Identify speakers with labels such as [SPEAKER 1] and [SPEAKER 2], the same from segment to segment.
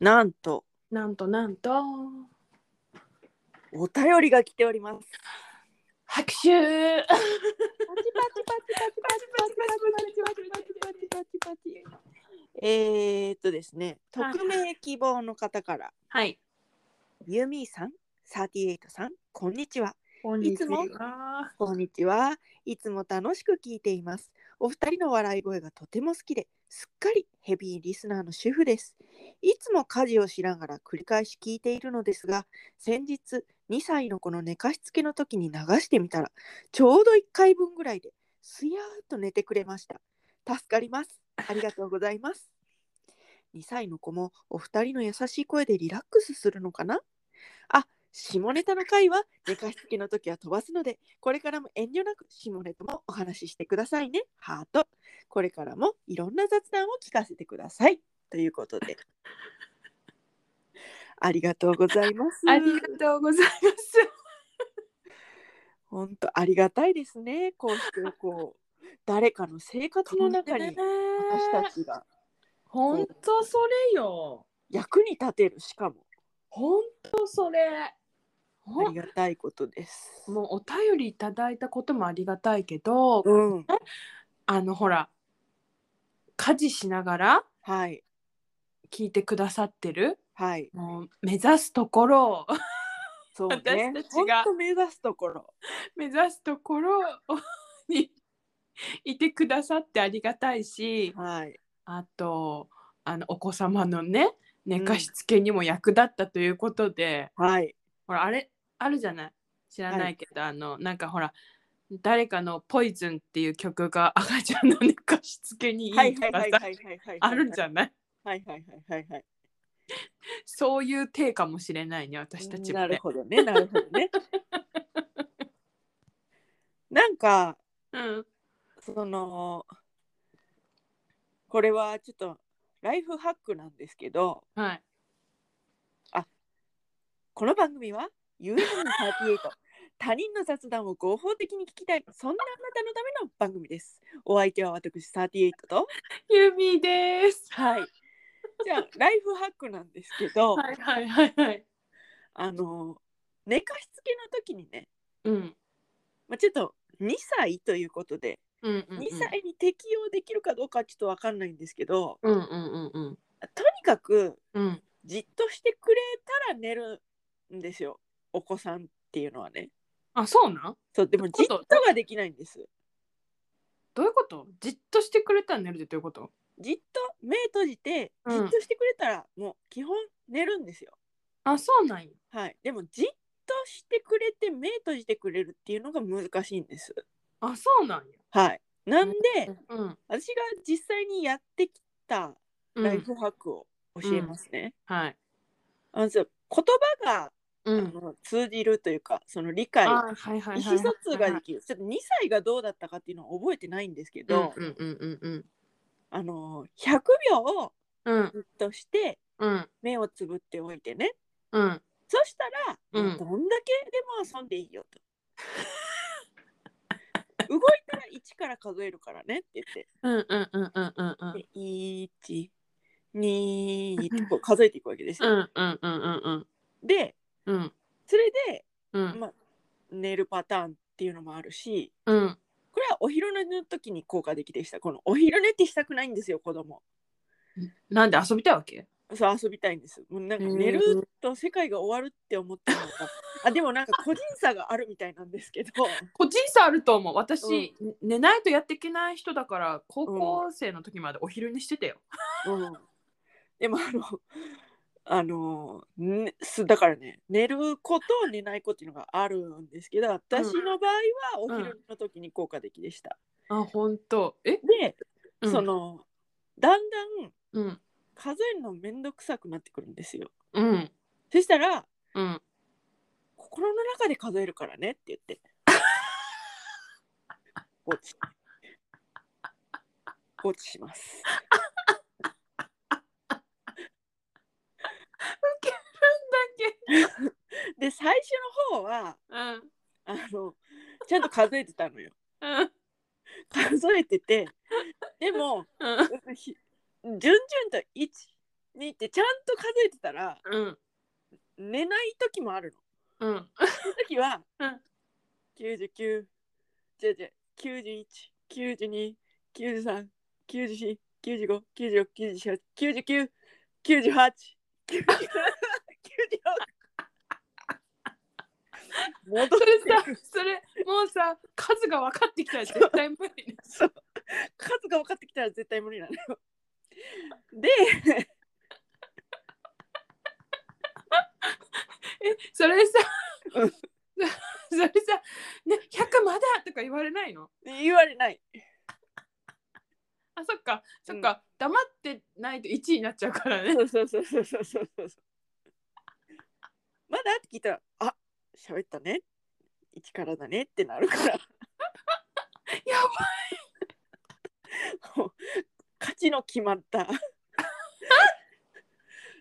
[SPEAKER 1] なんと
[SPEAKER 2] なんとなんと
[SPEAKER 1] お便りが来ております。
[SPEAKER 2] 拍手
[SPEAKER 1] えー、っとですね、
[SPEAKER 2] はい
[SPEAKER 1] 匿名希望の方から、
[SPEAKER 2] はい
[SPEAKER 1] ユミさん、サティエイトさん、こんにちは。
[SPEAKER 2] こん
[SPEAKER 1] にちはいこんにちは。いつも楽しく聞いています。お二人の笑い声がとても好きで、すっかりヘビーリスナーの主婦です。いつも家事をしながら繰り返し聞いているのですが、先日2歳の子の寝かしつけの時に流してみたら、ちょうど1回分ぐらいで、すやーっと寝てくれました。助かります。ありがとうございます。2歳の子もお二人の優しい声でリラックスするのかなあ、下ネタの回は寝かしつけの時は飛ばすので、これからも遠慮なく下ネタもお話ししてくださいね。ハート。これからもいろんな雑談を聞かせてください。ということで。ありがとうございます。
[SPEAKER 2] ありがとうございます
[SPEAKER 1] 本当ありがたいですね。こうしてこう誰かの生活の中に私たちが
[SPEAKER 2] 本当それよ
[SPEAKER 1] 役に立てるしかも
[SPEAKER 2] 本当それほん
[SPEAKER 1] ありがたいことです。
[SPEAKER 2] もうお便りいただいたこともありがたいけど
[SPEAKER 1] うん、
[SPEAKER 2] あのほら家事しながら
[SPEAKER 1] はい
[SPEAKER 2] 聞いてくださってる
[SPEAKER 1] はい、
[SPEAKER 2] もう目指すところ を
[SPEAKER 1] そうね。
[SPEAKER 2] 私たち
[SPEAKER 1] 本
[SPEAKER 2] が
[SPEAKER 1] 当目指すところ。
[SPEAKER 2] 目指すところに いてくださってありがたいし
[SPEAKER 1] はい、
[SPEAKER 2] あとあのお子様のね寝かしつけにも役立ったということで、
[SPEAKER 1] はい、
[SPEAKER 2] ほらあれあるじゃない知らないけど、あのなんかほら誰かの「ポイズン」っていう曲が赤ちゃんの寝かしつけにい
[SPEAKER 1] はい
[SPEAKER 2] いと
[SPEAKER 1] はい
[SPEAKER 2] か
[SPEAKER 1] はいは
[SPEAKER 2] さ
[SPEAKER 1] いはいはい。
[SPEAKER 2] あるんじ
[SPEAKER 1] ゃ。
[SPEAKER 2] ゃない
[SPEAKER 1] はいはいはいはいはい。
[SPEAKER 2] そういう体かもしれないね私たちも
[SPEAKER 1] なる
[SPEAKER 2] ね。
[SPEAKER 1] ほどねなるほどね なんか
[SPEAKER 2] うん、
[SPEAKER 1] そのこれはちょっとライフハックなんですけど
[SPEAKER 2] はい
[SPEAKER 1] この番組は u m 3 8他人の雑談を合法的に聞きたいそんなあなたのための番組ですお相手は私38と
[SPEAKER 2] ゆみです。
[SPEAKER 1] はいじゃあライフハックなんですけど、
[SPEAKER 2] はいはいはいはい。
[SPEAKER 1] あの寝かしつけの時にね、
[SPEAKER 2] うん。
[SPEAKER 1] まあ、ちょっと2歳ということで
[SPEAKER 2] うんうんうん。
[SPEAKER 1] 2歳に適用できるかどうかはちょっとわかんないんですけど
[SPEAKER 2] うんうんうんうん。
[SPEAKER 1] とにかく
[SPEAKER 2] うん。
[SPEAKER 1] じっとしてくれたら寝るんですよお子さんっていうのはね
[SPEAKER 2] あ、そうなん
[SPEAKER 1] そうでもじっとができないんです
[SPEAKER 2] どういうことじっとしてくれたら寝るってどういうこと
[SPEAKER 1] じっと目閉じて
[SPEAKER 2] う
[SPEAKER 1] じっ
[SPEAKER 2] ん
[SPEAKER 1] としてくれたらもう基本寝るんですよ、
[SPEAKER 2] あ、そうなんや。
[SPEAKER 1] はいでもじっとしてくれて目閉じてくれるっていうのが難しいんです
[SPEAKER 2] あ、そうなんや。
[SPEAKER 1] はいなんで
[SPEAKER 2] うん。
[SPEAKER 1] 私が実際にやってきた
[SPEAKER 2] う
[SPEAKER 1] ライ
[SPEAKER 2] ん。
[SPEAKER 1] フハックを教えますね、
[SPEAKER 2] はい。
[SPEAKER 1] あのそう言葉が
[SPEAKER 2] う
[SPEAKER 1] あ
[SPEAKER 2] ん。
[SPEAKER 1] の通じるというかその理解
[SPEAKER 2] あ、はいはいはい。
[SPEAKER 1] 意思疎通ができるちょっと2歳がどうだったかっていうのは覚えてないんですけど、
[SPEAKER 2] うんうんうんうん
[SPEAKER 1] あの100秒を
[SPEAKER 2] うん。うん
[SPEAKER 1] ずっとして
[SPEAKER 2] うん
[SPEAKER 1] 目をつぶっておいてね
[SPEAKER 2] うん。
[SPEAKER 1] そしたら、
[SPEAKER 2] うん
[SPEAKER 1] どんだけでも遊んでいいよと。 動いたら1から数えるからねって言って
[SPEAKER 2] うんうんうんうんうんうん
[SPEAKER 1] で12ってこう数えていくわけですよ。
[SPEAKER 2] うんうんうんうんうん
[SPEAKER 1] で
[SPEAKER 2] うん
[SPEAKER 1] それで、
[SPEAKER 2] うん
[SPEAKER 1] まあ、寝るパターンっていうのもあるし、
[SPEAKER 2] うん
[SPEAKER 1] これはお昼寝の時に効果的でした。このお昼寝ってしたくないんですよ、子供。
[SPEAKER 2] なんで遊びたいわけ
[SPEAKER 1] そう遊びたいんです。もうなんか
[SPEAKER 2] へー
[SPEAKER 1] 寝ると世界が終わるって思って るのか。あでもなんか個人差があるみたいなんですけど。
[SPEAKER 2] 個人差あると思う私、寝ないとやっていけない人だから高校生の時までお昼寝してたよ、
[SPEAKER 1] うん、でもあの、あの、ねすだからね、寝ること寝ないことっていうのがあるんですけど、私の場合はお昼寝の時に効果的でした。
[SPEAKER 2] あ本当え、
[SPEAKER 1] で、
[SPEAKER 2] うん、
[SPEAKER 1] その、だんだん
[SPEAKER 2] うん
[SPEAKER 1] 数えるのめんどくさくなってくるんですよ。
[SPEAKER 2] うん
[SPEAKER 1] そしたら、
[SPEAKER 2] うん
[SPEAKER 1] 心の中で数えるからねって言って。放置。放置します。 で、最初の方は、
[SPEAKER 2] うん
[SPEAKER 1] あの、ちゃんと数えてたのよ。
[SPEAKER 2] うん
[SPEAKER 1] 数えてて、でも、
[SPEAKER 2] うん
[SPEAKER 1] ひ順々と1、にってちゃんと数えてたら
[SPEAKER 2] うん
[SPEAKER 1] 寝ない時もあるの。
[SPEAKER 2] うん
[SPEAKER 1] その時は
[SPEAKER 2] うん
[SPEAKER 1] 99じゃじゃ91、92、93、94、95、96、97、99、98、99、96。戻って
[SPEAKER 2] それさ
[SPEAKER 1] くる
[SPEAKER 2] それもうさ数が分かってきたら絶対無理ね
[SPEAKER 1] そう数が分かってきたら絶対無理なのよ。で、
[SPEAKER 2] えそれさ
[SPEAKER 1] う
[SPEAKER 2] そ
[SPEAKER 1] ん
[SPEAKER 2] それさ「ね100まだ!」とか言われないの
[SPEAKER 1] 言われない。
[SPEAKER 2] あそっかそっか、黙ってないと1位になっちゃうからね
[SPEAKER 1] そうそうそうそうそうそうそう。まだって聞いたら、あ喋ったね。一からだねってなるから。やばい。勝ちの決まった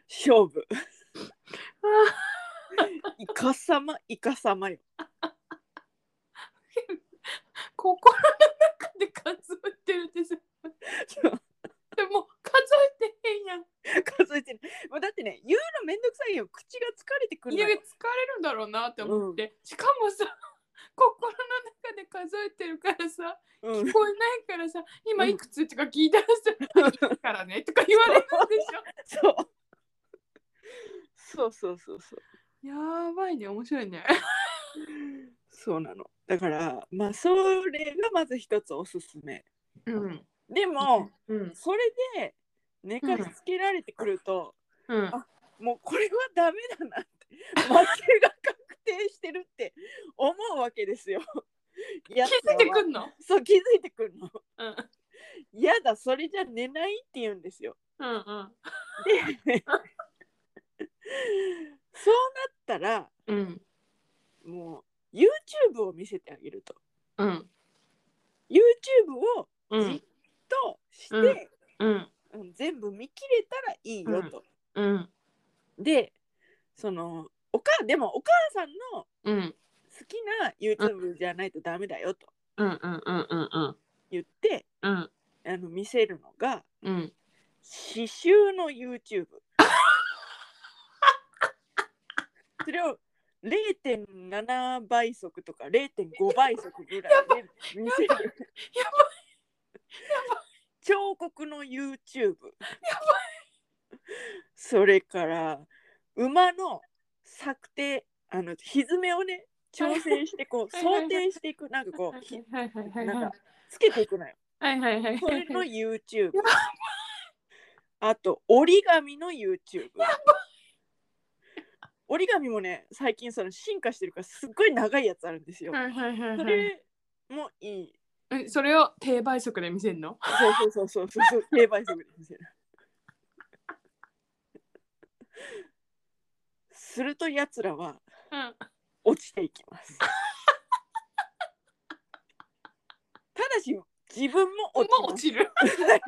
[SPEAKER 1] 勝負。イカ様、イカ様よ。
[SPEAKER 2] 心の中で数えてるってさ
[SPEAKER 1] そう
[SPEAKER 2] でも数えてへんやん
[SPEAKER 1] 数えてない。もうだってね、言うのめんどくさいよ。口が疲れてくる
[SPEAKER 2] い
[SPEAKER 1] の
[SPEAKER 2] や疲れ
[SPEAKER 1] よ
[SPEAKER 2] る。んだろうなって思って、しかもさ心の中で数えてるからさ
[SPEAKER 1] うん
[SPEAKER 2] 聞こえないからさ「今
[SPEAKER 1] うん
[SPEAKER 2] いくつ?」とか聞いたらさ「いいからね」とか言われるんでしょ
[SPEAKER 1] そう。そうそうそうそう。
[SPEAKER 2] やばいね面白いね
[SPEAKER 1] そうなの。だから、まあ、それがまず一つおすすめ。
[SPEAKER 2] うん
[SPEAKER 1] でも、
[SPEAKER 2] うん
[SPEAKER 1] それで寝かしつけられてくると、
[SPEAKER 2] うん
[SPEAKER 1] もうこれはダメだなって、 負けが確定してるって思うわけですよ。気
[SPEAKER 2] 気づいてくんの
[SPEAKER 1] そう、気づいてくるの。
[SPEAKER 2] うん
[SPEAKER 1] やだ、それじゃ寝ないって言うんですよ。
[SPEAKER 2] うんうん
[SPEAKER 1] で、 そうなったら、
[SPEAKER 2] うん
[SPEAKER 1] もう YouTube を見せてあげると。
[SPEAKER 2] うん
[SPEAKER 1] YouTube を
[SPEAKER 2] う
[SPEAKER 1] じっ
[SPEAKER 2] ん
[SPEAKER 1] として、
[SPEAKER 2] うんうん
[SPEAKER 1] うん全部見切れたらいいよと。
[SPEAKER 2] うん
[SPEAKER 1] でそのおかでもお母さんの
[SPEAKER 2] うん
[SPEAKER 1] 好きな YouTube じゃないとダメだよと
[SPEAKER 2] うんうんうんうんうん
[SPEAKER 1] 言って
[SPEAKER 2] うん
[SPEAKER 1] あの見せるのが
[SPEAKER 2] うん
[SPEAKER 1] 刺繍の YouTube。それを0.7倍速とか0.5倍速ぐらいで見せる。彫刻の YouTube。それから馬の策定あのひずめをね調整してこう
[SPEAKER 2] はいはいはい
[SPEAKER 1] 想定していくなんかこうひ
[SPEAKER 2] はいはいはい
[SPEAKER 1] なん
[SPEAKER 2] は
[SPEAKER 1] かつけていくのよ。
[SPEAKER 2] いはいはい
[SPEAKER 1] これの
[SPEAKER 2] はい
[SPEAKER 1] YouTube。あと折り紙の YouTube。折り紙もね最近その進化してるからすっごい長いやつあるんですよ。
[SPEAKER 2] はいはいはい
[SPEAKER 1] そ
[SPEAKER 2] はい
[SPEAKER 1] れもいい。
[SPEAKER 2] えそれを低倍速で見せるの
[SPEAKER 1] そうそうそうそうそうそう。定番速で見せる。すると奴らは
[SPEAKER 2] うん
[SPEAKER 1] 落ちていきます。ただし自分も
[SPEAKER 2] もう
[SPEAKER 1] 落ちます
[SPEAKER 2] 落。ちる
[SPEAKER 1] はい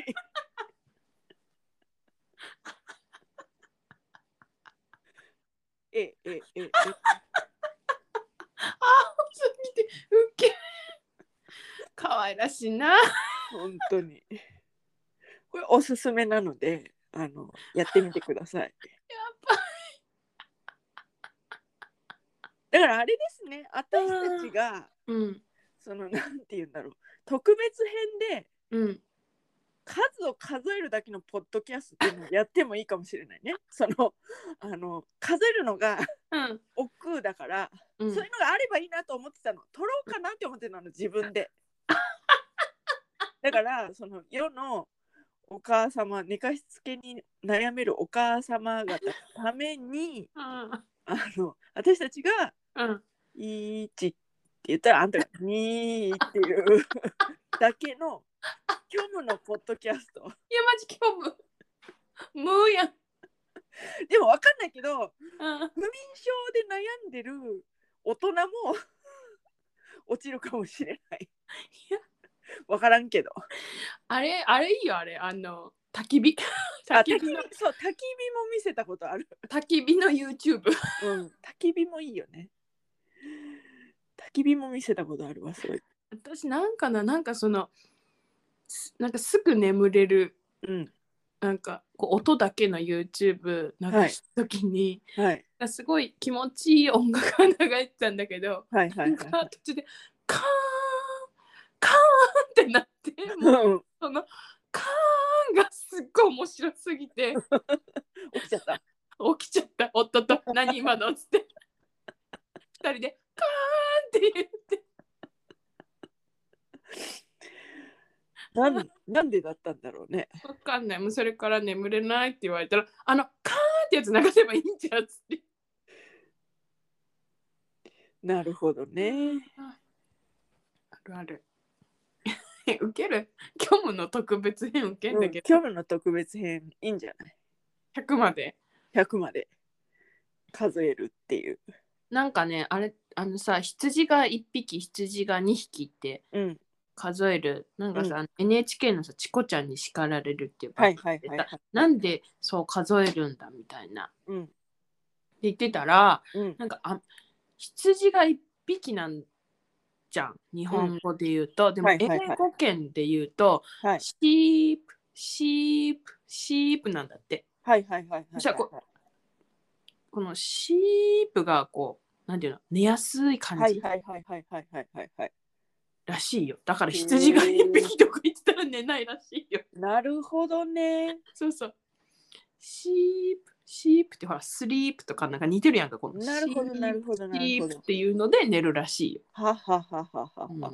[SPEAKER 1] ええええええ
[SPEAKER 2] すぎてウケ可愛らしいな
[SPEAKER 1] 本当にこれおすすめなのであの やってみてくださいだからあれですね私たちが
[SPEAKER 2] うん
[SPEAKER 1] その なんて言うんだろう特別編で
[SPEAKER 2] うん
[SPEAKER 1] 数を数えるだけのポッドキャストっていうのをやってもいいかもしれないねその あの数えるのが
[SPEAKER 2] うん
[SPEAKER 1] 億劫だから
[SPEAKER 2] うん
[SPEAKER 1] そういうのがあればいいなと思ってたの撮ろうかなって思ってたの自分 でだからその世のお母様寝かしつけに悩めるお母様方のために
[SPEAKER 2] うん
[SPEAKER 1] あの私たちが
[SPEAKER 2] うん
[SPEAKER 1] 「1」って言ったらあんたが「2」っていう だけの虚無のポッドキャスト
[SPEAKER 2] いやマジ興味無無やん
[SPEAKER 1] でも分かんないけど
[SPEAKER 2] うん
[SPEAKER 1] 不眠症で悩んでる大人も 落ちるかもしれない
[SPEAKER 2] や
[SPEAKER 1] 分からんけど
[SPEAKER 2] あれあれいいよあれあの焚き火
[SPEAKER 1] あ
[SPEAKER 2] 焚
[SPEAKER 1] 焚き
[SPEAKER 2] き
[SPEAKER 1] 火
[SPEAKER 2] 火
[SPEAKER 1] そう
[SPEAKER 2] の
[SPEAKER 1] 焚き火も見せたことある、
[SPEAKER 2] 焚き火の YouTube
[SPEAKER 1] うん、焚き火もいいよね焚き火も見せたことあるわそういう
[SPEAKER 2] 私なんかななんかそのすなんかすぐ眠れる
[SPEAKER 1] うん
[SPEAKER 2] なんかこう音だけの YouTube 流した時に、
[SPEAKER 1] はい
[SPEAKER 2] すごい気持ちいい音楽が流れてたんだけど、
[SPEAKER 1] はいはい
[SPEAKER 2] なん
[SPEAKER 1] は
[SPEAKER 2] か途中でカーンカーンってなって
[SPEAKER 1] い。
[SPEAKER 2] もう
[SPEAKER 1] うん
[SPEAKER 2] そのカーンがすっごい面白すぎて
[SPEAKER 1] 起きちゃった。
[SPEAKER 2] 起きちゃった夫と「何今の」っつって二人で「カーン」って言って
[SPEAKER 1] なんなんでだったんだろうね。
[SPEAKER 2] 「わかんないもうそれから眠れない」って言われたら「あのカーン」ってやつ流せばいいんじゃんっつって
[SPEAKER 1] なるほどね。
[SPEAKER 2] あるある ウケる虚無の特別編ウケん
[SPEAKER 1] う
[SPEAKER 2] だ
[SPEAKER 1] ん、
[SPEAKER 2] けど、
[SPEAKER 1] 今日の特別編いいんじゃない
[SPEAKER 2] 100まで
[SPEAKER 1] ?100 まで数えるっていう。
[SPEAKER 2] なんかねあれあのさ羊が1匹羊が2匹って
[SPEAKER 1] うん。
[SPEAKER 2] 数えるなんかさ、NHK のさ「チコちゃんに叱られる」っていう
[SPEAKER 1] はい
[SPEAKER 2] 番
[SPEAKER 1] はい
[SPEAKER 2] 組で
[SPEAKER 1] はい、
[SPEAKER 2] さ
[SPEAKER 1] はい。
[SPEAKER 2] なんでそう数えるんだみたいな
[SPEAKER 1] うん。
[SPEAKER 2] で言ってたら
[SPEAKER 1] うん。
[SPEAKER 2] なんかあ羊が1匹なんじゃん日本語で言うと、でも
[SPEAKER 1] はいはいはい
[SPEAKER 2] 英語圏で言うと、
[SPEAKER 1] はい。
[SPEAKER 2] シープシープシープなんだって
[SPEAKER 1] はいはいはいはい。
[SPEAKER 2] そしたらここのシープがこうなんていうの寝やすい感
[SPEAKER 1] はい
[SPEAKER 2] じ
[SPEAKER 1] はいはいはいはいはいはいはい。
[SPEAKER 2] らしいよ、だから羊が
[SPEAKER 1] へー
[SPEAKER 2] 1匹とか言ってたら寝ないらしいよ
[SPEAKER 1] なるほどね。
[SPEAKER 2] そうそうシープシープってほらスリープとかなんか似てるやんかこの
[SPEAKER 1] なるほど
[SPEAKER 2] シープ
[SPEAKER 1] なるほどなる
[SPEAKER 2] シ
[SPEAKER 1] ほ
[SPEAKER 2] ープ
[SPEAKER 1] ど
[SPEAKER 2] っ。ていうので寝るらしいよ、
[SPEAKER 1] はははははは
[SPEAKER 2] うん
[SPEAKER 1] は。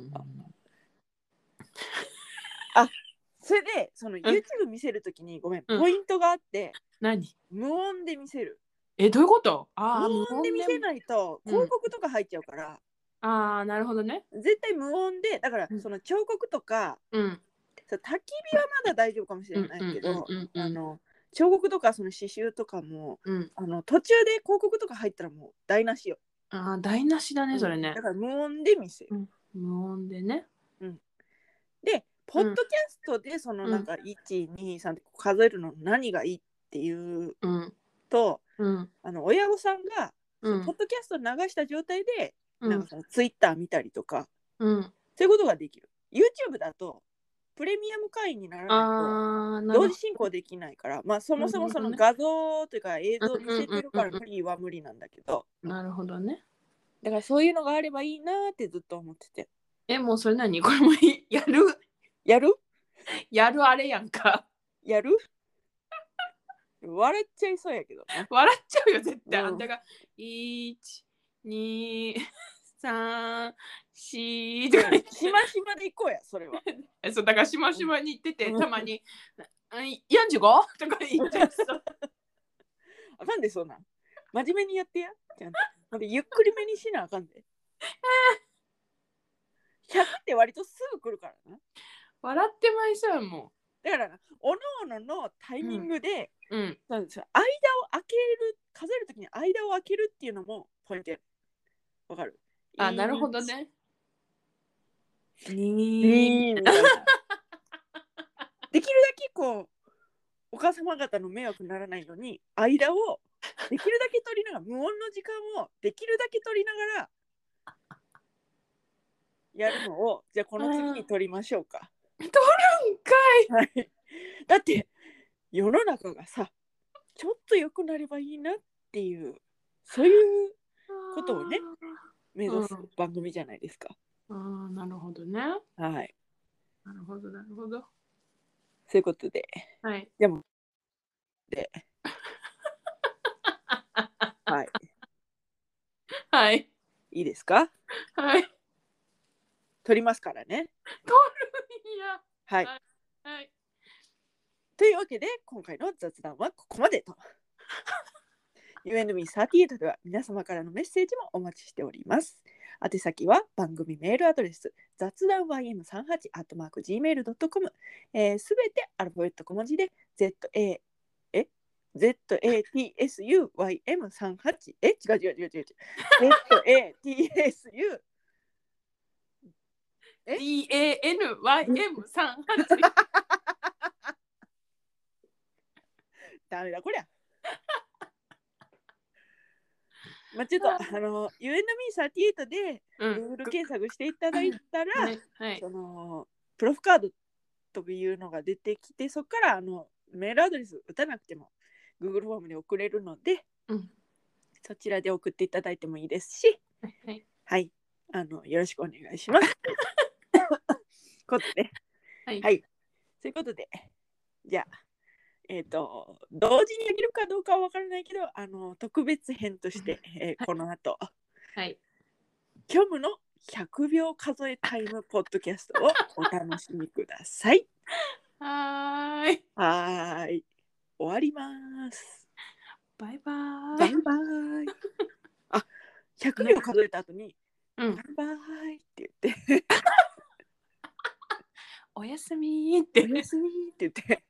[SPEAKER 1] それでその YouTube 見せるときにごめん、
[SPEAKER 2] うん
[SPEAKER 1] ポイントがあって
[SPEAKER 2] 何
[SPEAKER 1] 無音で見せる。
[SPEAKER 2] えどういうことああ
[SPEAKER 1] 無音で見せないと
[SPEAKER 2] うん
[SPEAKER 1] 広告とか入っちゃうから、
[SPEAKER 2] ああなるほどね
[SPEAKER 1] 絶対無音でだから
[SPEAKER 2] うん
[SPEAKER 1] その彫刻とか、
[SPEAKER 2] うん
[SPEAKER 1] そう焚き火はまだ大丈夫かもし
[SPEAKER 2] う
[SPEAKER 1] れ
[SPEAKER 2] ん
[SPEAKER 1] な
[SPEAKER 2] うん
[SPEAKER 1] いけど、
[SPEAKER 2] うんう
[SPEAKER 1] あ
[SPEAKER 2] ん
[SPEAKER 1] の彫刻とかその刺繍とかも
[SPEAKER 2] うん
[SPEAKER 1] あの途中で広告とか入ったらもう台無しよ。
[SPEAKER 2] ああ台無しだねそれね
[SPEAKER 1] だから無音で見せる。
[SPEAKER 2] 無音でね
[SPEAKER 1] でポッドキャストでその
[SPEAKER 2] うん
[SPEAKER 1] なんか123って数えるの何がいいっていう
[SPEAKER 2] うん
[SPEAKER 1] と、
[SPEAKER 2] うん
[SPEAKER 1] あの親御さんが、
[SPEAKER 2] う
[SPEAKER 1] ポ
[SPEAKER 2] ん
[SPEAKER 1] ッドキャスト流した状態で、
[SPEAKER 2] う
[SPEAKER 1] なんか
[SPEAKER 2] ん
[SPEAKER 1] そのツイッター見たりとか
[SPEAKER 2] うん
[SPEAKER 1] そういうことができる YouTube だとプレミアム会員にならない
[SPEAKER 2] ああ
[SPEAKER 1] と
[SPEAKER 2] なるほ
[SPEAKER 1] 同
[SPEAKER 2] ど
[SPEAKER 1] 時進行できないからまあそもそもその
[SPEAKER 2] なる
[SPEAKER 1] 画像というか映像を見せてるか
[SPEAKER 2] う
[SPEAKER 1] ら
[SPEAKER 2] んうんうんうん
[SPEAKER 1] 無理は無理なんだけど
[SPEAKER 2] なるほどね
[SPEAKER 1] だからそういうのがあればいいなーってずっと思ってて
[SPEAKER 2] えもうそれ何 これもいやる
[SPEAKER 1] やる
[SPEAKER 2] やるあれやんか
[SPEAKER 1] やる 笑っちゃいそうやけどね
[SPEAKER 2] 笑っちゃうよ絶対、
[SPEAKER 1] うん
[SPEAKER 2] あんたが123とか言って
[SPEAKER 1] しましまで行こうやそれ は
[SPEAKER 2] えそうだからしましまに行ってて、
[SPEAKER 1] うん
[SPEAKER 2] たまに「うん 45? とか言っちゃうそう
[SPEAKER 1] あかんでそんなん真面目にやってやちゃんとほんでゆっくりめにしなあかんで100って割とすぐ来るからな
[SPEAKER 2] 笑ってまいそうやも
[SPEAKER 1] だからなおのおののタイミングで、
[SPEAKER 2] んうん
[SPEAKER 1] なんですよ間を開ける数えるときに間を開けるっていうのもポイントやわかる
[SPEAKER 2] あなるほどねに
[SPEAKER 1] いいみたいなできるだけこうお母様方の迷惑にならないように間をできるだけ取りながら無音の時間をできるだけ取りながらやるのをじゃあこの次に取りましょうか。はい、だって世の中がさちょっと良くなればいいなっていうそういうことをね目指す
[SPEAKER 2] うん
[SPEAKER 1] 番組じゃないですか。
[SPEAKER 2] あーなるほどねな
[SPEAKER 1] はい
[SPEAKER 2] るほどなるほど
[SPEAKER 1] そういうことで
[SPEAKER 2] はい
[SPEAKER 1] はい
[SPEAKER 2] はい
[SPEAKER 1] いいですか
[SPEAKER 2] はい
[SPEAKER 1] 取りますからね。
[SPEAKER 2] いや
[SPEAKER 1] はい
[SPEAKER 2] はい
[SPEAKER 1] というわけで今回の雑談はここまでと。UNB38 では皆様からのメッセージもお待ちしております。宛先は番組メールアドレス雑談 ym38-gmail.com すべ、えー、全てアルファベット小文字で ZA え ZATSUYM38 え違う違う 違う違う違う ZATSU
[SPEAKER 2] DANYM38
[SPEAKER 1] ダメだこりゃ。 まあちょっとあの UNME38 で
[SPEAKER 2] うん
[SPEAKER 1] Google 検索していただいたら、
[SPEAKER 2] はいはい
[SPEAKER 1] そのプロフカードというのが出てきてそこからあのメールアドレス打たなくても Google フォームで送れるので、
[SPEAKER 2] うん
[SPEAKER 1] そちらで送っていただいてもいいですし、
[SPEAKER 2] はい、
[SPEAKER 1] はい、あのよろしくお願いし ます。ことで、
[SPEAKER 2] はい
[SPEAKER 1] はいということで、じゃあ、えっ、と、同時にあげるかどうかはわからないけど、あの特別編として、えーこの後、
[SPEAKER 2] はい、
[SPEAKER 1] 虚無の100秒数えタイムポッドキャストをお楽しみください。
[SPEAKER 2] はーい
[SPEAKER 1] はーい、終わります。
[SPEAKER 2] バイバー
[SPEAKER 1] バ
[SPEAKER 2] イ
[SPEAKER 1] イバーイ。あ、100秒数えた後に、
[SPEAKER 2] うん
[SPEAKER 1] バイバーイって言って、
[SPEAKER 2] おやすみーって
[SPEAKER 1] おやすみって言って。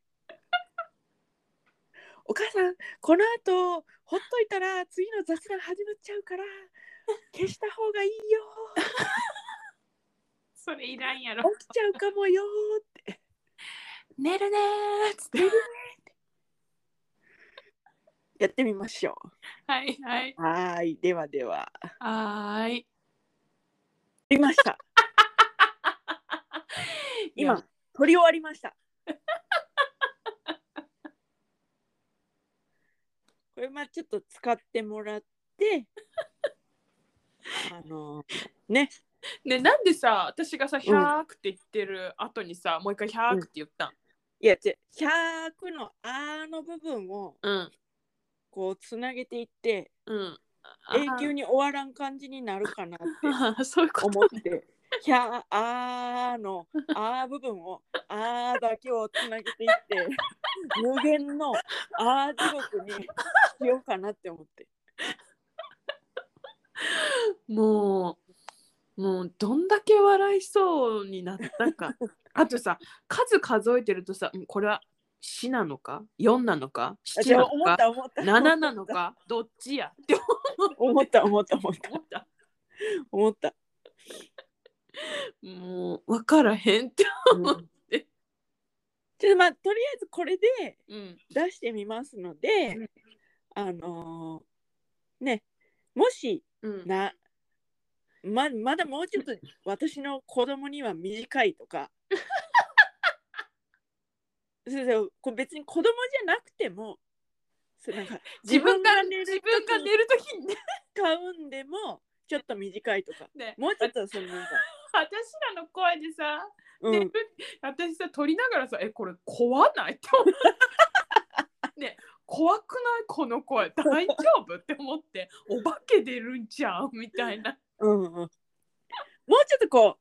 [SPEAKER 1] お母さん、この後、ほっといたら次の雑談始まっちゃうから、消した方がいいよ。
[SPEAKER 2] それいらんやろ
[SPEAKER 1] 起きちゃうかもよって。
[SPEAKER 2] 寝るねーっつって
[SPEAKER 1] やってみましょ。
[SPEAKER 2] はいはいう
[SPEAKER 1] はーい、ではでは。
[SPEAKER 2] はーい
[SPEAKER 1] 終わりました。今、撮り終わりました。これまあちょっと使ってもらって、あのね、
[SPEAKER 2] ねなんでさ私がさ「ひゃーく」って言ってる後にさもう一回「ひゃーく」って言ったん
[SPEAKER 1] いや、じゃ100のあの部分を
[SPEAKER 2] うん
[SPEAKER 1] こうつなげていって、
[SPEAKER 2] うん
[SPEAKER 1] 永久に終わらん感じになるかなって
[SPEAKER 2] あー そういうこ
[SPEAKER 1] 思っ
[SPEAKER 2] とね
[SPEAKER 1] て、ひゃあーのあー部分をあーだけをつなげていって、無限のあー地獄にしようかなって思って。
[SPEAKER 2] もうもうどんだけ笑いそうになった かあとさ数数えてるとさんこれは4なのか4なのか
[SPEAKER 1] あ
[SPEAKER 2] 7
[SPEAKER 1] じゃ
[SPEAKER 2] な
[SPEAKER 1] あ思
[SPEAKER 2] の
[SPEAKER 1] っ
[SPEAKER 2] か
[SPEAKER 1] た思った。
[SPEAKER 2] 7なのかどっちやって
[SPEAKER 1] 思った思った思った
[SPEAKER 2] 思った
[SPEAKER 1] 思った。
[SPEAKER 2] もう分からへんって
[SPEAKER 1] うんちょっとまあとりあえずこれで
[SPEAKER 2] うん
[SPEAKER 1] 出してみますので
[SPEAKER 2] うん、
[SPEAKER 1] あのーねもし
[SPEAKER 2] うん
[SPEAKER 1] なままだもうちょっと私の子供には短いと かそうそうこう別に子供じゃなくてもそうなんか
[SPEAKER 2] 自分が
[SPEAKER 1] 自分が寝る
[SPEAKER 2] 自分が寝るときにね
[SPEAKER 1] 使うんでもちょっと短いとか
[SPEAKER 2] ね
[SPEAKER 1] もうちょっとそのなんか、
[SPEAKER 2] 私らの声でさ
[SPEAKER 1] う
[SPEAKER 2] で
[SPEAKER 1] ん、
[SPEAKER 2] 私さ撮りながらさ「えこれ怖ない?」って思って ね怖くないこの声大丈夫って思ってお化け出るんちゃうみた いな
[SPEAKER 1] うんうん、もうちょっとこう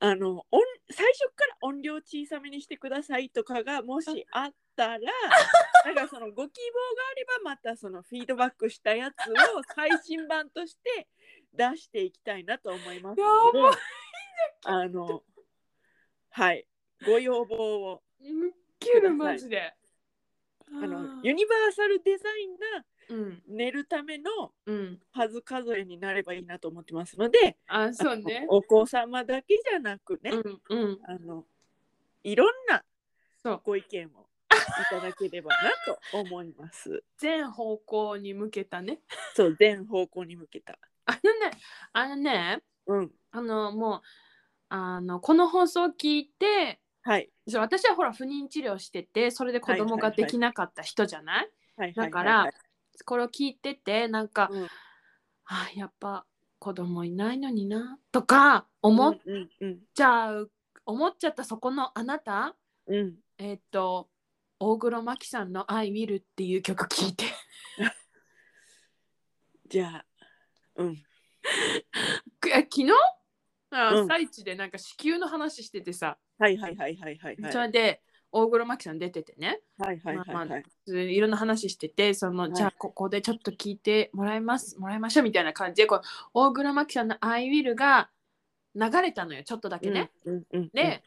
[SPEAKER 1] あの音最初から音量小さめにしてくださいとかがもしあった らなんかそのご希望があればまたそのフィードバックしたやつを最新版として出していきたいなと思いますので
[SPEAKER 2] やばい
[SPEAKER 1] あのはいご要望を
[SPEAKER 2] むっきるマジで。
[SPEAKER 1] あの
[SPEAKER 2] あ
[SPEAKER 1] ユ
[SPEAKER 2] ー
[SPEAKER 1] ニバーサルデザインな
[SPEAKER 2] うん
[SPEAKER 1] 寝るための
[SPEAKER 2] うん
[SPEAKER 1] 数数えになればいいなと思ってますので、
[SPEAKER 2] あそうね。
[SPEAKER 1] お子様だけじゃなくね、
[SPEAKER 2] うんうん
[SPEAKER 1] あのいろんな
[SPEAKER 2] そう
[SPEAKER 1] ご意見をいただければなと思います。
[SPEAKER 2] 全方向に向けたね。
[SPEAKER 1] そう全方向に向けた。
[SPEAKER 2] あのねあのね
[SPEAKER 1] うん
[SPEAKER 2] あのもうあのこの放送を聞いて
[SPEAKER 1] はい
[SPEAKER 2] そう私はほら不妊治療しててそれで子供ができなかった人じゃな
[SPEAKER 1] は
[SPEAKER 2] い
[SPEAKER 1] いはいはいはい。
[SPEAKER 2] だからこれを聞いててなんか、
[SPEAKER 1] うん
[SPEAKER 2] あやっぱ子供いないのになとか思っ
[SPEAKER 1] うんうん
[SPEAKER 2] ちゃう、思っちゃったそこのあなた
[SPEAKER 1] うんうん。
[SPEAKER 2] えっ、と大黒摩季さんの「I Will」っていう曲聞いて
[SPEAKER 1] じゃあうん
[SPEAKER 2] くえ昨日あ
[SPEAKER 1] うん
[SPEAKER 2] 朝一でなんか子宮の話しててさ、
[SPEAKER 1] はいはいはいはいはいはい
[SPEAKER 2] それで大黒摩季さん出ててね
[SPEAKER 1] はいはいはいはい
[SPEAKER 2] まあいろんな話しててその、
[SPEAKER 1] い
[SPEAKER 2] じゃあここでちょっと聞いてもらいますもらいましょうみたいな感じでこう大黒摩季さんの「I Will」が流れたのよちょっとだけね。
[SPEAKER 1] うんうんうんうん
[SPEAKER 2] で、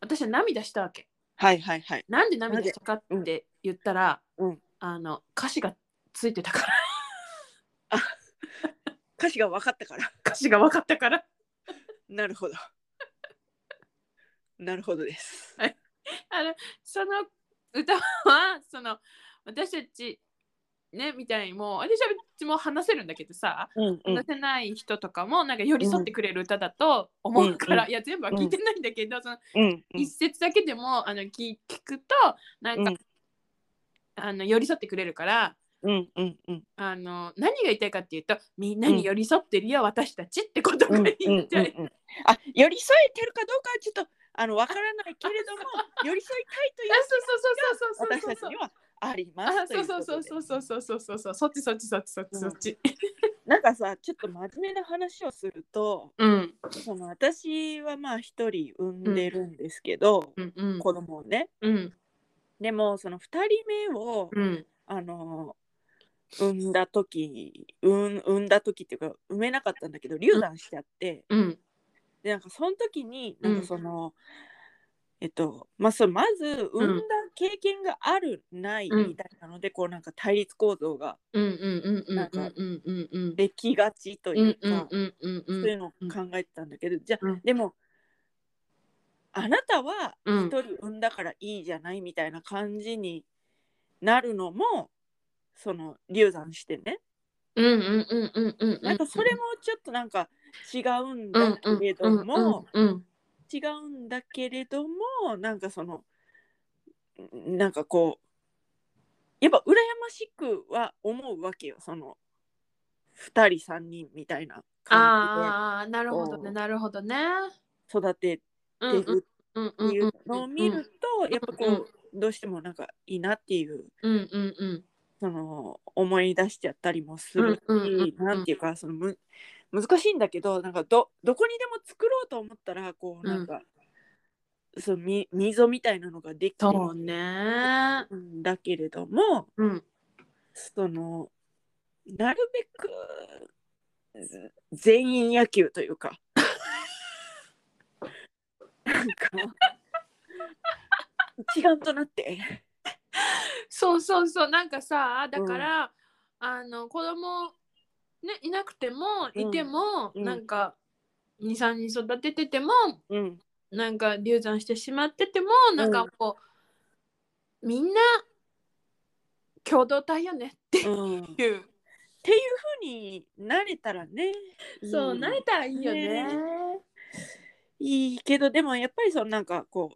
[SPEAKER 2] 私は涙したわけ。
[SPEAKER 1] はいはいはい
[SPEAKER 2] なんで涙したかって言ったら、
[SPEAKER 1] うんうん
[SPEAKER 2] あの歌詞がついてたから
[SPEAKER 1] 歌詞が分かったから
[SPEAKER 2] 歌詞が分かったから
[SPEAKER 1] なるほどなるほどです。
[SPEAKER 2] あのその歌はその私たちねみたいにもう私は別にもう話せるんだけどさ
[SPEAKER 1] うんう
[SPEAKER 2] 話せない人とかもなんか寄り添ってくれる歌だと思うから、
[SPEAKER 1] う
[SPEAKER 2] いや全部は聞いてないんだけど、その
[SPEAKER 1] うん
[SPEAKER 2] 一節だけでもあの聞聞くとなんか、
[SPEAKER 1] うん
[SPEAKER 2] あの寄り添ってくれるから
[SPEAKER 1] うんうんうん
[SPEAKER 2] あの何が言いたいかっていうとみんなに寄り添ってるよ、私たちってこと
[SPEAKER 1] うんう
[SPEAKER 2] が
[SPEAKER 1] んう
[SPEAKER 2] 言い
[SPEAKER 1] ん
[SPEAKER 2] たい、
[SPEAKER 1] うんあ寄り添えてるかどうかはちょっとあのわからないけれども 寄り添いたいという
[SPEAKER 2] あそうそうそう
[SPEAKER 1] 私
[SPEAKER 2] そう
[SPEAKER 1] たち
[SPEAKER 2] そうそう
[SPEAKER 1] にはありま
[SPEAKER 2] あ
[SPEAKER 1] すとい
[SPEAKER 2] そう
[SPEAKER 1] うこ
[SPEAKER 2] そうそ
[SPEAKER 1] と
[SPEAKER 2] う
[SPEAKER 1] で
[SPEAKER 2] そうそうそうそうそうそうそっちそっちそっちそっちそっち
[SPEAKER 1] なんかさちょっと真面目な話をすると
[SPEAKER 2] うん
[SPEAKER 1] その私はまあ一人産んでるんですけど、
[SPEAKER 2] うんうん
[SPEAKER 1] 子供をね
[SPEAKER 2] うん
[SPEAKER 1] でもその2人目を、
[SPEAKER 2] うん
[SPEAKER 1] あの産んだ時産ん産んだ時っていうか産めなかったんだけど流産しちゃって、
[SPEAKER 2] うん
[SPEAKER 1] でなんかその時に
[SPEAKER 2] う
[SPEAKER 1] なんんかその、えっとまあ、そうまず産んだ経験がある、ない
[SPEAKER 2] うん
[SPEAKER 1] みたいなのでこうなんか対立構造が
[SPEAKER 2] うんうんうんうんうんうん
[SPEAKER 1] できがちと
[SPEAKER 2] う
[SPEAKER 1] い
[SPEAKER 2] ん
[SPEAKER 1] うか、
[SPEAKER 2] うんうんう
[SPEAKER 1] そ
[SPEAKER 2] ん
[SPEAKER 1] ういうのを考えてたんだけど、じゃあ、
[SPEAKER 2] うん
[SPEAKER 1] でもあなたは
[SPEAKER 2] うん
[SPEAKER 1] 一人産んだからいいじゃないみたいな感じになるのもその流産してね
[SPEAKER 2] うんうんうんうんうん
[SPEAKER 1] なんかそれもちょっとなんか違うんだけれども、
[SPEAKER 2] うんうん
[SPEAKER 1] 違うんだけれどもなんかそのんなんかこうやっぱ羨ましくは思うわけよその2人3人みたいな感
[SPEAKER 2] ああなるほどねなるほどね
[SPEAKER 1] じで育て
[SPEAKER 2] う
[SPEAKER 1] て
[SPEAKER 2] ん
[SPEAKER 1] る
[SPEAKER 2] うんうん
[SPEAKER 1] っていうのを見るとやっぱ
[SPEAKER 2] うん
[SPEAKER 1] こうどうしてもなんかいいなっていう
[SPEAKER 2] うんうんうん
[SPEAKER 1] その思い出しちゃったりもする
[SPEAKER 2] うんうんうん
[SPEAKER 1] しなんていうかそのむ難しいんだけどなんかどどこにでも作ろうと思ったらこうなんか、そのみ溝みたいなのができて
[SPEAKER 2] そうね
[SPEAKER 1] んだけれども
[SPEAKER 2] うん
[SPEAKER 1] そのなるべくず全員野球というか なんか一丸となって
[SPEAKER 2] そうそうそうなんかさだから、あの子供ねいなくてもいても、
[SPEAKER 1] うん
[SPEAKER 2] なんか23人育ててても
[SPEAKER 1] うん
[SPEAKER 2] なんか流産してしまっててもなんかこう、みんな共同体よねっ
[SPEAKER 1] うん、って
[SPEAKER 2] いう、
[SPEAKER 1] ていうふうになれたらね
[SPEAKER 2] そうんなれたらいいよね
[SPEAKER 1] ねいいけどでもやっぱりそのなんかこ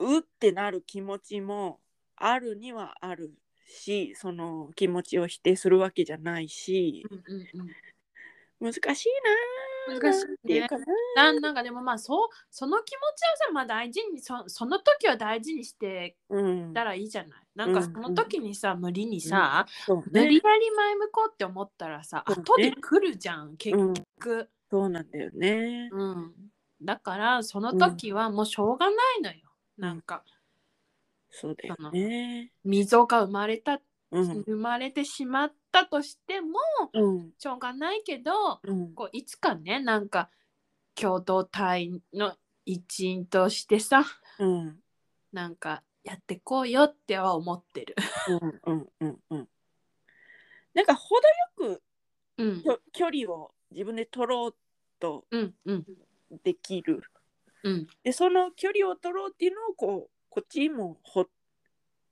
[SPEAKER 1] ううってなる気持ちもあるにはあるしその気持ちを否定するわけじゃないし
[SPEAKER 2] うんうん
[SPEAKER 1] 難しい
[SPEAKER 2] うん、
[SPEAKER 1] な
[SPEAKER 2] 難し
[SPEAKER 1] なん
[SPEAKER 2] い
[SPEAKER 1] ていう
[SPEAKER 2] ね
[SPEAKER 1] かな
[SPEAKER 2] なんなんかでもまあそうその気持ちをさ、まあ、大事にそその時は大事にして
[SPEAKER 1] うん
[SPEAKER 2] たらいいじゃないなんかその時にさ、無理にさ、
[SPEAKER 1] そう
[SPEAKER 2] 無理
[SPEAKER 1] ね
[SPEAKER 2] やり前向こうって思ったらさ、
[SPEAKER 1] そうね
[SPEAKER 2] 後で来るじゃん結
[SPEAKER 1] うん
[SPEAKER 2] 局、
[SPEAKER 1] そうなんだよね
[SPEAKER 2] うんだからその時はもうしょうがないのよ、なんか
[SPEAKER 1] そうだよね
[SPEAKER 2] 溝が生まれた、
[SPEAKER 1] うん
[SPEAKER 2] 生まれてしまったとしても
[SPEAKER 1] うん
[SPEAKER 2] しょうがないけど
[SPEAKER 1] うん
[SPEAKER 2] こういつかねなんか共同体の一員としてさ
[SPEAKER 1] うん
[SPEAKER 2] なんかやってこうよっては思ってる。
[SPEAKER 1] うんうんうんうんなんか程よく
[SPEAKER 2] うん
[SPEAKER 1] きょ距離を自分で取ろうと
[SPEAKER 2] うんうん
[SPEAKER 1] できる
[SPEAKER 2] うん
[SPEAKER 1] でその距離を取ろうっていうのをこうこっちもほ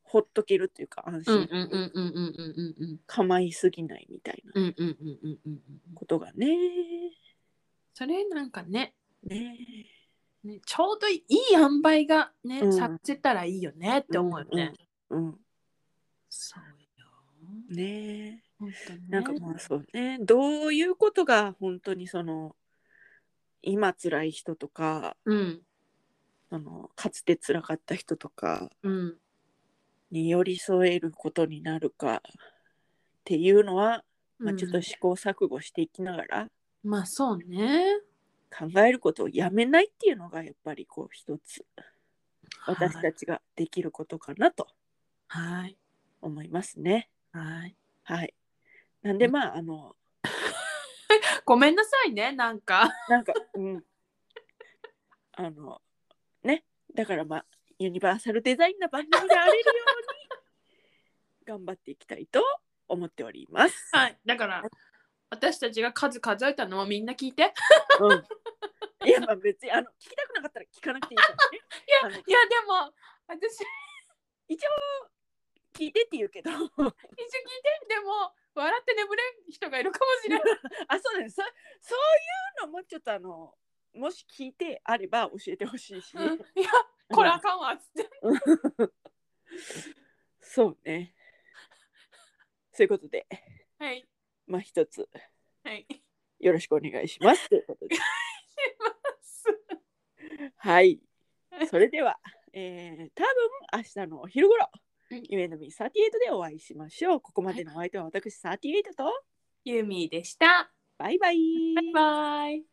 [SPEAKER 1] ほっとけるっていうか安
[SPEAKER 2] うん
[SPEAKER 1] 心、
[SPEAKER 2] うんうんうんうんうんうん
[SPEAKER 1] 構いすぎないみたいな
[SPEAKER 2] うんうんうんうんうんうん
[SPEAKER 1] ことがね
[SPEAKER 2] それなんかね
[SPEAKER 1] ね
[SPEAKER 2] ね、ちょうどいい塩梅がね、
[SPEAKER 1] うん
[SPEAKER 2] させたらいいよねって思うよね。
[SPEAKER 1] うん
[SPEAKER 2] そうよ。
[SPEAKER 1] ね
[SPEAKER 2] 本当ね。
[SPEAKER 1] なんかまあそうねどういうことが本当にその今辛い人とか
[SPEAKER 2] うん
[SPEAKER 1] そのかつて辛かった人とか
[SPEAKER 2] うん
[SPEAKER 1] に寄り添えることになるかっていうのは、まあ、ちょっと試行錯誤していきながら、
[SPEAKER 2] うんまあそうね。
[SPEAKER 1] 考えることをやめないっていうのがやっぱりこう一つ私たちができることかなと
[SPEAKER 2] はい
[SPEAKER 1] 思いますね。
[SPEAKER 2] はい。
[SPEAKER 1] はい。なんでまああの
[SPEAKER 2] ごめんなさいねなんか。
[SPEAKER 1] なんかうんあのねだからまあユニバーサルデザインな番組であれるように頑張っていきたいと思っております。
[SPEAKER 2] はい。だから私たちが数数えたのをみんな聞いて。
[SPEAKER 1] うん、いやまあ別にあの聞きたくなかったら聞かなくていいからね。あの
[SPEAKER 2] いやでも私
[SPEAKER 1] 聞いてって言うけどあ
[SPEAKER 2] 一緒聞いてでも笑って眠れん人がいるかもしれない。
[SPEAKER 1] そうなんですそそういうのもちょっとあのもし聞いてあれば教えてほしいし。
[SPEAKER 2] うんいやこれあかんわっつって。
[SPEAKER 1] そうね。そういうことで、
[SPEAKER 2] はい。
[SPEAKER 1] まあ一つ
[SPEAKER 2] はい。し
[SPEAKER 1] よろしくお願いします。ということで、
[SPEAKER 2] ます。
[SPEAKER 1] はい。それでは、えー、多分明日のお昼頃
[SPEAKER 2] うん、
[SPEAKER 1] 夢のみ38でお会いしましょう。ここまでのお相手は私38と、
[SPEAKER 2] ユーミーでした。
[SPEAKER 1] バイバイ。
[SPEAKER 2] バイバイ。